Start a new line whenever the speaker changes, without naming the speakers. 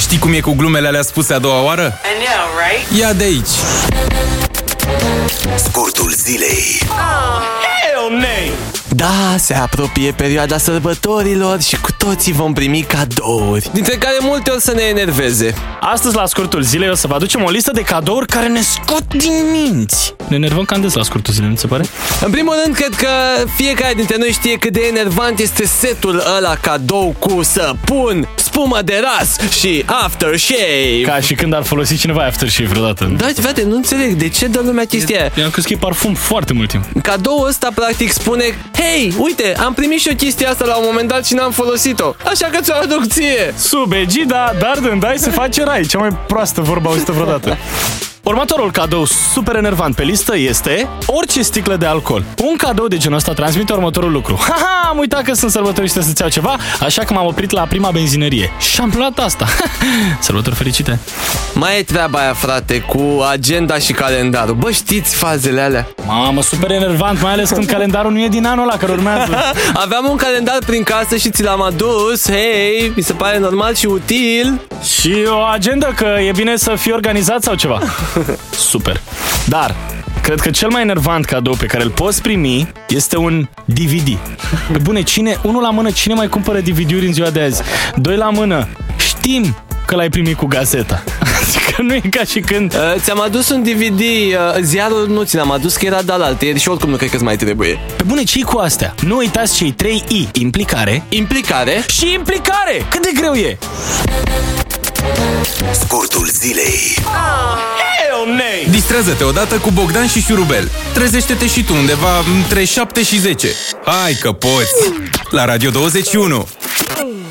Știi cum e cu glumele alea spuse a doua oară?
I know, right?
Ia de aici!
Scurtul zilei
Da, se apropie perioada sărbătorilor și cu toții vom primi cadouri. Dintre care multe o să ne enerveze.
Astăzi, la scurtul zilei, o să vă aducem o listă de cadouri care ne scot din minți. Ne nervăm cam des la scurtul zilei, nu ți se pare?
În primul rând, cred că fiecare dintre noi știe cât de enervant este setul ăla cadou cu săpun, spumă de ras și aftershave. Ca...
Ca și când ar folosi cineva aftershave vreodată.
Da, frate, nu înțeleg de ce dă lumea chestia aia.
Da. I-am crezut că e parfum foarte mult timp.
Cadoul ăsta practic spune Hei, uite, am primit și o chestie asta la un moment dat și n-am folosit-o Așa că ți-o aduc ție
Sub egida, dar de dai se face rai. Cea mai proastă vorbă auzită vreodată. Următorul cadou super enervant pe listă este orice sticlă de alcool. Un cadou de genul ăsta transmite următorul lucru. Haha, am uitat că sunt sărbători și trebuie să-ți iau ceva, așa că m-am oprit la prima benzinărie. Și am luat asta. Sărbători fericite!
Mai e treaba aia, frate, cu agenda și calendarul. Bă, știți fazele alea?
Mamă, super enervant, mai ales când calendarul nu e din anul ăla care urmează.
Aveam un calendar prin casă și ți l-am adus. Hei, mi se pare normal și util. Uh,
Și o agendă că e bine să fii organizat sau ceva. Super. Dar, cred că cel mai enervant cadou pe care îl poți primi este un DVD. Pe bune, cine, unul la mână, cine mai cumpără DVD-uri în ziua de azi? Doi la mână, știm că l-ai primit cu gazeta. Adică nu e ca și când...
Uh, ți-am adus un DVD, uh, ziarul nu ți l-am adus, că era de alt ieri și oricum nu cred că-ți mai trebuie.
Pe bune, ce cu astea? Nu uitați cei 3 I. Implicare
Implicare?
și implicare! Cât de greu e!
Scurtul zilei
Distrează-te odată cu Bogdan și Șurubel. Trezește-te și tu undeva între 7 și 10. Hai că poți! La Radio 21!